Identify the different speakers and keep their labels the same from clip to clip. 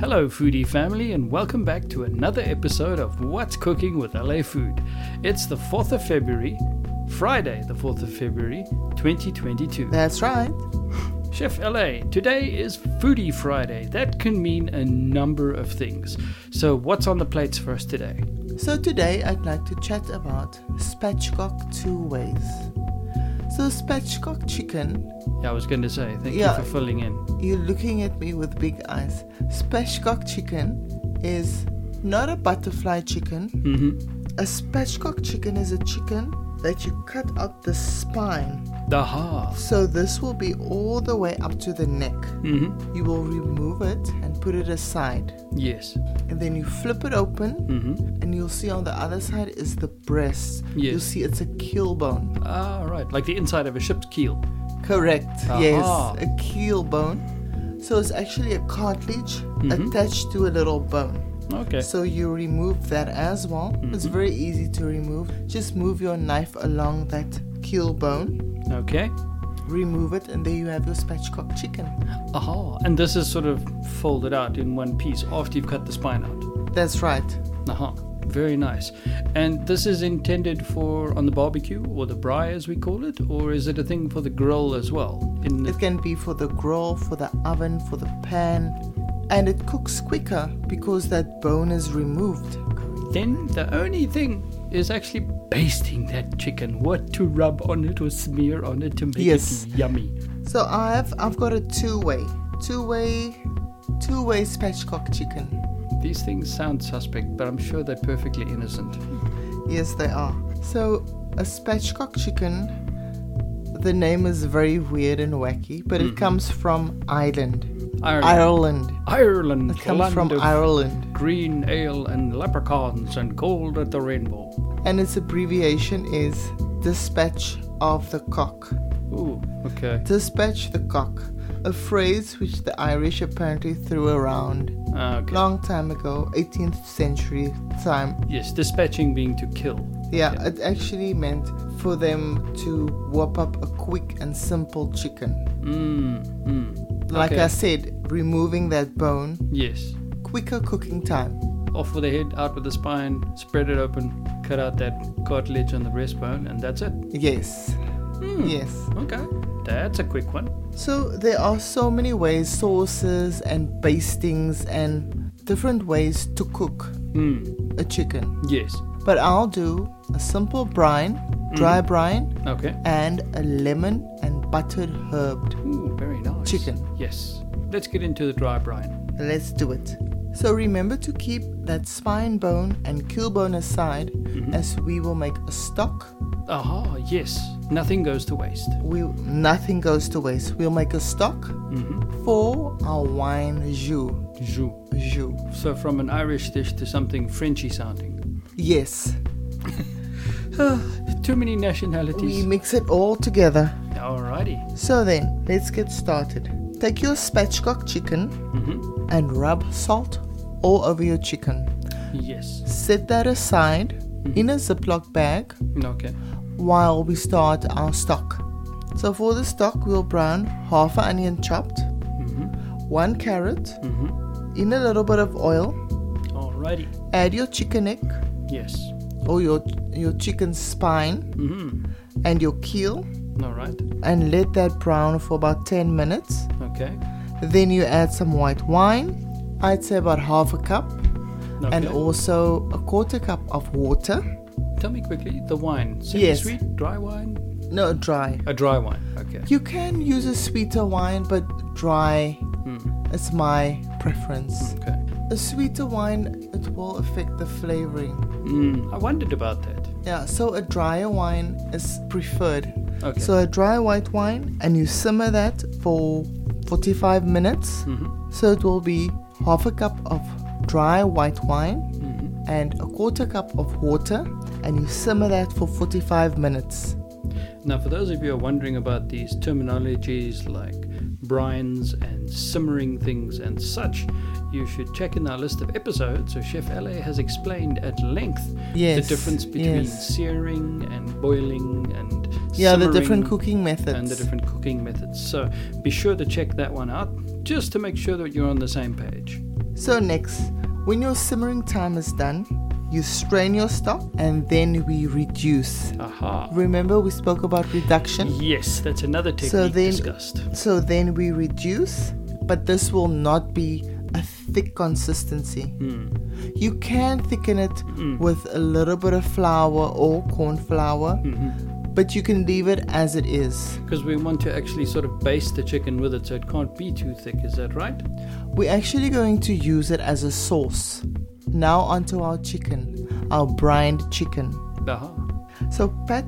Speaker 1: Hello, foodie family, and welcome back to another episode of What's Cooking with LA Food. It's the 4th of February, Friday, the 4th of February, 2022.
Speaker 2: That's right.
Speaker 1: Chef LA, today is Foodie Friday. That can mean a number of things. So, what's on the plates for us today?
Speaker 2: So today I'd like to chat about spatchcock two ways. So spatchcock chicken,
Speaker 1: Yeah, I was going to say, thank
Speaker 2: Yeah.
Speaker 1: you for filling in.
Speaker 2: you're looking at me with big eyes. Spatchcock chicken is not a butterfly chicken.
Speaker 1: hmm
Speaker 2: A spatchcock chicken is a chicken that you cut out the spine.
Speaker 1: The half.
Speaker 2: So this will be all the way up to the neck.
Speaker 1: hmm
Speaker 2: You will remove it and put it aside.
Speaker 1: Yes.
Speaker 2: And then you flip it open
Speaker 1: hmm
Speaker 2: and you'll see on the other side is the breast.
Speaker 1: Yes.
Speaker 2: You'll see it's a keel bone.
Speaker 1: Ah, right. Like the inside of a ship's keel.
Speaker 2: Correct.
Speaker 1: Aha.
Speaker 2: Yes, a keel bone. So it's actually a cartilage
Speaker 1: Mhm.
Speaker 2: attached to a little bone.
Speaker 1: Okay.
Speaker 2: So you remove that as well.
Speaker 1: Mm-hmm.
Speaker 2: It's very easy to remove. Just move your knife along that keel bone,
Speaker 1: Okay.
Speaker 2: remove it, and there you have your spatchcock chicken.
Speaker 1: Aha. And this is sort of folded out in one piece after you've cut the spine out.
Speaker 2: That's right.
Speaker 1: Aha. Very nice. And this is intended for on the barbecue or the braai as we call it, or is it a thing for the grill as well? In the,
Speaker 2: It can be for the grill, for the oven, for the pan, and it cooks quicker because that bone is removed.
Speaker 1: then the only thing is actually basting that chicken. What to rub on it or smear on it to make
Speaker 2: Yes.
Speaker 1: it yummy.
Speaker 2: So I've I've got a two-way, two-way, two-way spatchcock chicken.
Speaker 1: These things sound suspect, but I'm sure they're perfectly innocent.
Speaker 2: Yes, they are. So, a spatchcock chicken, the name is very weird and wacky, but it comes from Ireland.
Speaker 1: Ireland,
Speaker 2: Ireland.
Speaker 1: Ireland,
Speaker 2: It comes
Speaker 1: land
Speaker 2: from
Speaker 1: of
Speaker 2: Ireland.
Speaker 1: green ale and leprechauns and gold at the rainbow.
Speaker 2: And its abbreviation is Dispatch of the Cock.
Speaker 1: Ooh, okay.
Speaker 2: Dispatch the Cock. A phrase which the Irish apparently threw around
Speaker 1: Ah, okay.
Speaker 2: long time ago, 18th century time.
Speaker 1: Yes, dispatching being to kill.
Speaker 2: Yeah,
Speaker 1: Okay.
Speaker 2: it actually meant for them to whop up a quick and simple chicken.
Speaker 1: Mm, mm.
Speaker 2: Like
Speaker 1: Okay.
Speaker 2: I said, removing that bone,
Speaker 1: Yes.
Speaker 2: quicker cooking time.
Speaker 1: Off with the head, out with the spine, spread it open, cut out that cartilage on the breastbone, and that's it.
Speaker 2: Yes,
Speaker 1: Hmm.
Speaker 2: yes.
Speaker 1: Okay. That's a quick one.
Speaker 2: So there are so many ways, sauces and bastings and different ways to cook
Speaker 1: Mm.
Speaker 2: a chicken.
Speaker 1: Yes.
Speaker 2: But I'll do a simple brine, dry
Speaker 1: Mm-hmm.
Speaker 2: brine,
Speaker 1: Okay.
Speaker 2: and a lemon and buttered herbed.
Speaker 1: Ooh, very nice.
Speaker 2: Chicken.
Speaker 1: Yes. Let's get into the dry brine.
Speaker 2: Let's do it. So remember to keep that spine bone and keel bone aside
Speaker 1: Mm-hmm.
Speaker 2: as we will make a stock
Speaker 1: Aha, yes. Nothing goes to waste.
Speaker 2: we nothing goes to waste. We'll make a stock
Speaker 1: Mm-hmm.
Speaker 2: for our wine jus.
Speaker 1: Jus.
Speaker 2: Jus.
Speaker 1: So from an Irish dish to something Frenchy sounding.
Speaker 2: Yes.
Speaker 1: Ah, too many
Speaker 2: We
Speaker 1: nationalities.
Speaker 2: mix it all together.
Speaker 1: Alrighty.
Speaker 2: So then, let's get started. Take your spatchcock chicken
Speaker 1: Mm-hmm.
Speaker 2: and rub salt all over your chicken.
Speaker 1: Yes.
Speaker 2: Set that aside in a Ziploc bag
Speaker 1: Okay.
Speaker 2: while we start our stock. So for the stock, we'll brown half an onion chopped,
Speaker 1: Mm-hmm.
Speaker 2: one carrot,
Speaker 1: Mm-hmm.
Speaker 2: in a little bit of oil.
Speaker 1: Alrighty.
Speaker 2: Add your chicken neck,
Speaker 1: Yes.
Speaker 2: or your your chicken spine
Speaker 1: Mm-hmm.
Speaker 2: and your keel
Speaker 1: All right.
Speaker 2: and let that brown for about 10 minutes.
Speaker 1: Okay.
Speaker 2: Then you add some white wine. I'd say about half a cup
Speaker 1: okay.
Speaker 2: and also a quarter cup of water.
Speaker 1: Tell me quickly the wine.
Speaker 2: Yes.
Speaker 1: Sweet, dry wine?
Speaker 2: No, dry.
Speaker 1: A dry wine. Okay.
Speaker 2: You can use a sweeter wine, but dry
Speaker 1: Mm.
Speaker 2: is my preference.
Speaker 1: Okay.
Speaker 2: A sweeter wine it will affect the flavoring.
Speaker 1: Mm. I wondered about that.
Speaker 2: Yeah, so a drier wine is preferred.
Speaker 1: Okay.
Speaker 2: So a dry white wine and you simmer that for 45 minutes.
Speaker 1: mm-hmm.
Speaker 2: So it will be half a cup of dry white wine
Speaker 1: Mm-hmm.
Speaker 2: and a quarter cup of water, and you simmer that for 45 minutes.
Speaker 1: Now, for those of you who are wondering about these terminologies like brines and simmering things and such, you should check in our list of episodes. So, Chef LA has explained at length
Speaker 2: Yes,
Speaker 1: the difference between
Speaker 2: yes.
Speaker 1: searing and boiling and
Speaker 2: Yeah, the
Speaker 1: simmering.
Speaker 2: different cooking methods.
Speaker 1: and the different cooking methods. So be sure to check that one out just to make sure that you're on the same page.
Speaker 2: So, next, when your simmering time is done, you strain your stock and then we reduce.
Speaker 1: Aha.
Speaker 2: Remember, we spoke about reduction?
Speaker 1: Yes, that's another technique
Speaker 2: So then-
Speaker 1: discussed.
Speaker 2: So, then we reduce, but this will not be a thick consistency.
Speaker 1: Mm.
Speaker 2: You can thicken it
Speaker 1: Mm.
Speaker 2: with a little bit of flour or corn flour,
Speaker 1: Mhm.
Speaker 2: but you can leave it as it is.
Speaker 1: Because we want to actually sort of baste the chicken with it so it can't be too thick, is that right?
Speaker 2: We're actually going to use it as a sauce. Now, onto our chicken, our brined chicken.
Speaker 1: Aha.
Speaker 2: So pat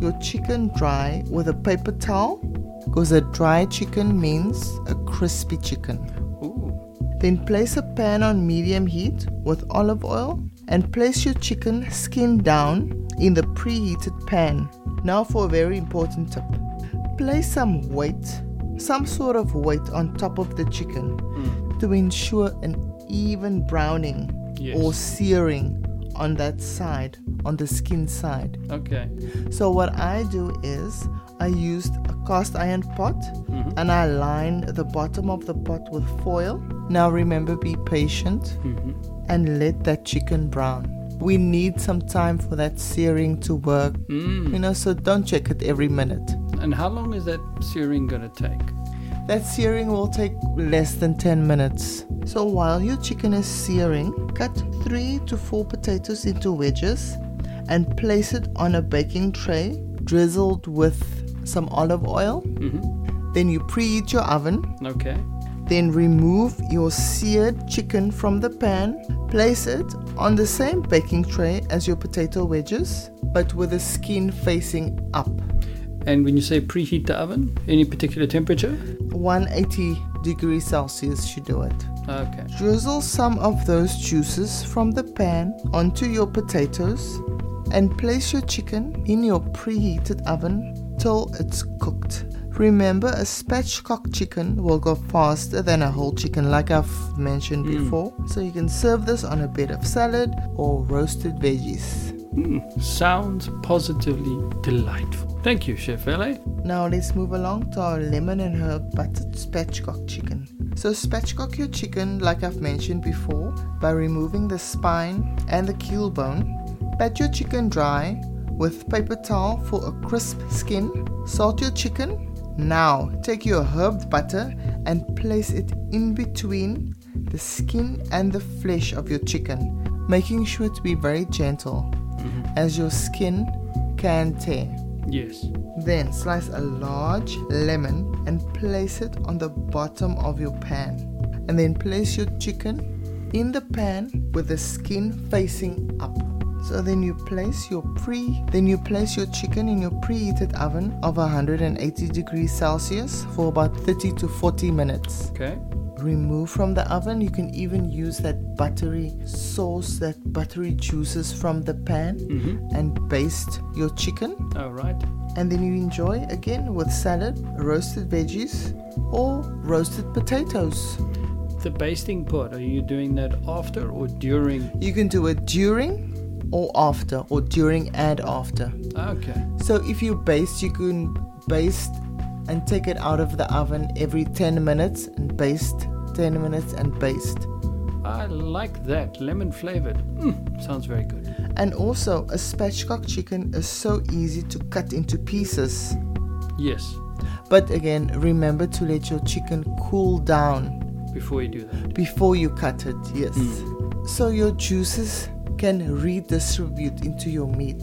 Speaker 2: your chicken dry with a paper towel because a dry chicken means a crispy chicken.
Speaker 1: Ooh.
Speaker 2: Then place a pan on medium heat with olive oil and place your chicken skin down in the preheated pan. Now for a very important tip. Place some weight, some sort of weight on top of the chicken
Speaker 1: Mm.
Speaker 2: to ensure an even browning
Speaker 1: Yes.
Speaker 2: or searing on that side, on the skin side.
Speaker 1: Okay.
Speaker 2: So what I do is I used a cast iron pot
Speaker 1: Mhm.
Speaker 2: and I lined the bottom of the pot with foil. Now remember be patient
Speaker 1: Mhm.
Speaker 2: and let that chicken brown. We need some time for that searing to work. You
Speaker 1: Mm.
Speaker 2: know, so don't check it every minute.
Speaker 1: And how long is that searing going to take?
Speaker 2: That searing will take less than 10 minutes. So while your chicken is searing, cut 3 to 4 potatoes into wedges and place it on a baking tray drizzled with some olive oil.
Speaker 1: Mhm.
Speaker 2: Then you preheat your oven.
Speaker 1: Okay.
Speaker 2: Then remove your seared chicken from the pan. Place it on the same baking tray as your potato wedges, but with the skin facing up.
Speaker 1: And when you say preheat the oven, any particular temperature?
Speaker 2: 180 degrees Celsius should do it.
Speaker 1: Okay.
Speaker 2: Drizzle some of those juices from the pan onto your potatoes and place your chicken in your preheated oven till it's cooked. Remember, a spatchcock chicken will go faster than a whole chicken, like I've mentioned
Speaker 1: Mm.
Speaker 2: before. So you can serve this on a bed of salad or roasted veggies.
Speaker 1: Mm. Sounds positively delightful. Thank you, Chef LA.
Speaker 2: Now let's move along to our lemon and herb buttered spatchcock chicken. So spatchcock your chicken like I've mentioned before by removing the spine and the keel bone. Pat your chicken dry with paper towel for a crisp skin. Salt your chicken. Now take your herb butter and place it in between the skin and the flesh of your chicken, making sure to be very gentle as your skin can tear.
Speaker 1: Yes.
Speaker 2: Then slice a large lemon and place it on the bottom of your pan. And then place your chicken in the pan with the skin facing up. So then you place your pre then you place your chicken in your preheated oven of 180 degrees Celsius for about 30 to 40 minutes.
Speaker 1: Okay.
Speaker 2: Remove from the oven. You can even use that buttery sauce, that buttery juices from the pan
Speaker 1: Mhm.
Speaker 2: and baste your chicken
Speaker 1: All right.
Speaker 2: and then you enjoy again with salad, roasted veggies, or roasted potatoes.
Speaker 1: The basting part, are you doing that after or during?
Speaker 2: You can do it during or after, or during and after.
Speaker 1: Okay.
Speaker 2: So if you baste, you can baste and take it out of the oven every 10 minutes and baste, 10 minutes and baste.
Speaker 1: I like that. Lemon flavored. Mm, sounds very good.
Speaker 2: And also, a spatchcock chicken is so easy to cut into pieces.
Speaker 1: Yes.
Speaker 2: But again, remember to let your chicken cool down
Speaker 1: Before you do that.
Speaker 2: before you cut it, yes.
Speaker 1: Hmm.
Speaker 2: So your juices can redistribute into your meat.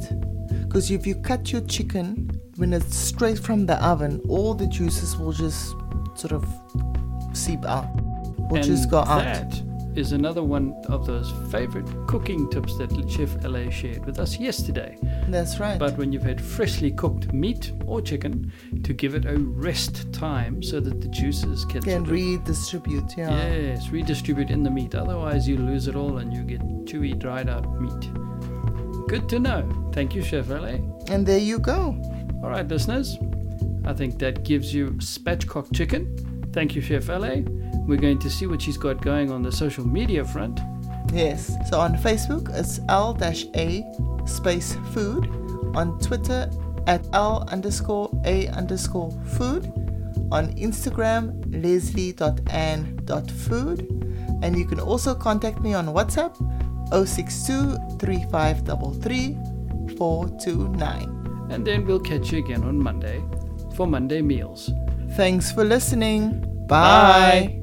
Speaker 2: Because if you cut your chicken when it's straight from the oven, all the juices will just sort of seep out, will
Speaker 1: and
Speaker 2: just go out.
Speaker 1: That is another one of those favorite cooking tips that Chef LA shared with us yesterday.
Speaker 2: That's right.
Speaker 1: But when you've had freshly cooked meat or chicken, to give it a rest time so that the juices can,
Speaker 2: can
Speaker 1: sort of-
Speaker 2: redistribute, yeah.
Speaker 1: Yes, redistribute in the meat. Otherwise, you lose it all and you get chewy, dried out meat. Good to know. Thank you, Chef LA.
Speaker 2: And there you go.
Speaker 1: All right, listeners, I think that gives you spatchcock chicken. Thank you, Chef LA. We're going to see what she's got going on the social media front.
Speaker 2: Yes. So on Facebook, it's L A space food. On Twitter, at L underscore A underscore food. On Instagram, leslie.ann.food. And you can also contact me on WhatsApp 062 3533 429.
Speaker 1: And then we'll catch you again on Monday for Monday Meals.
Speaker 2: Thanks for listening. Bye.
Speaker 1: Bye.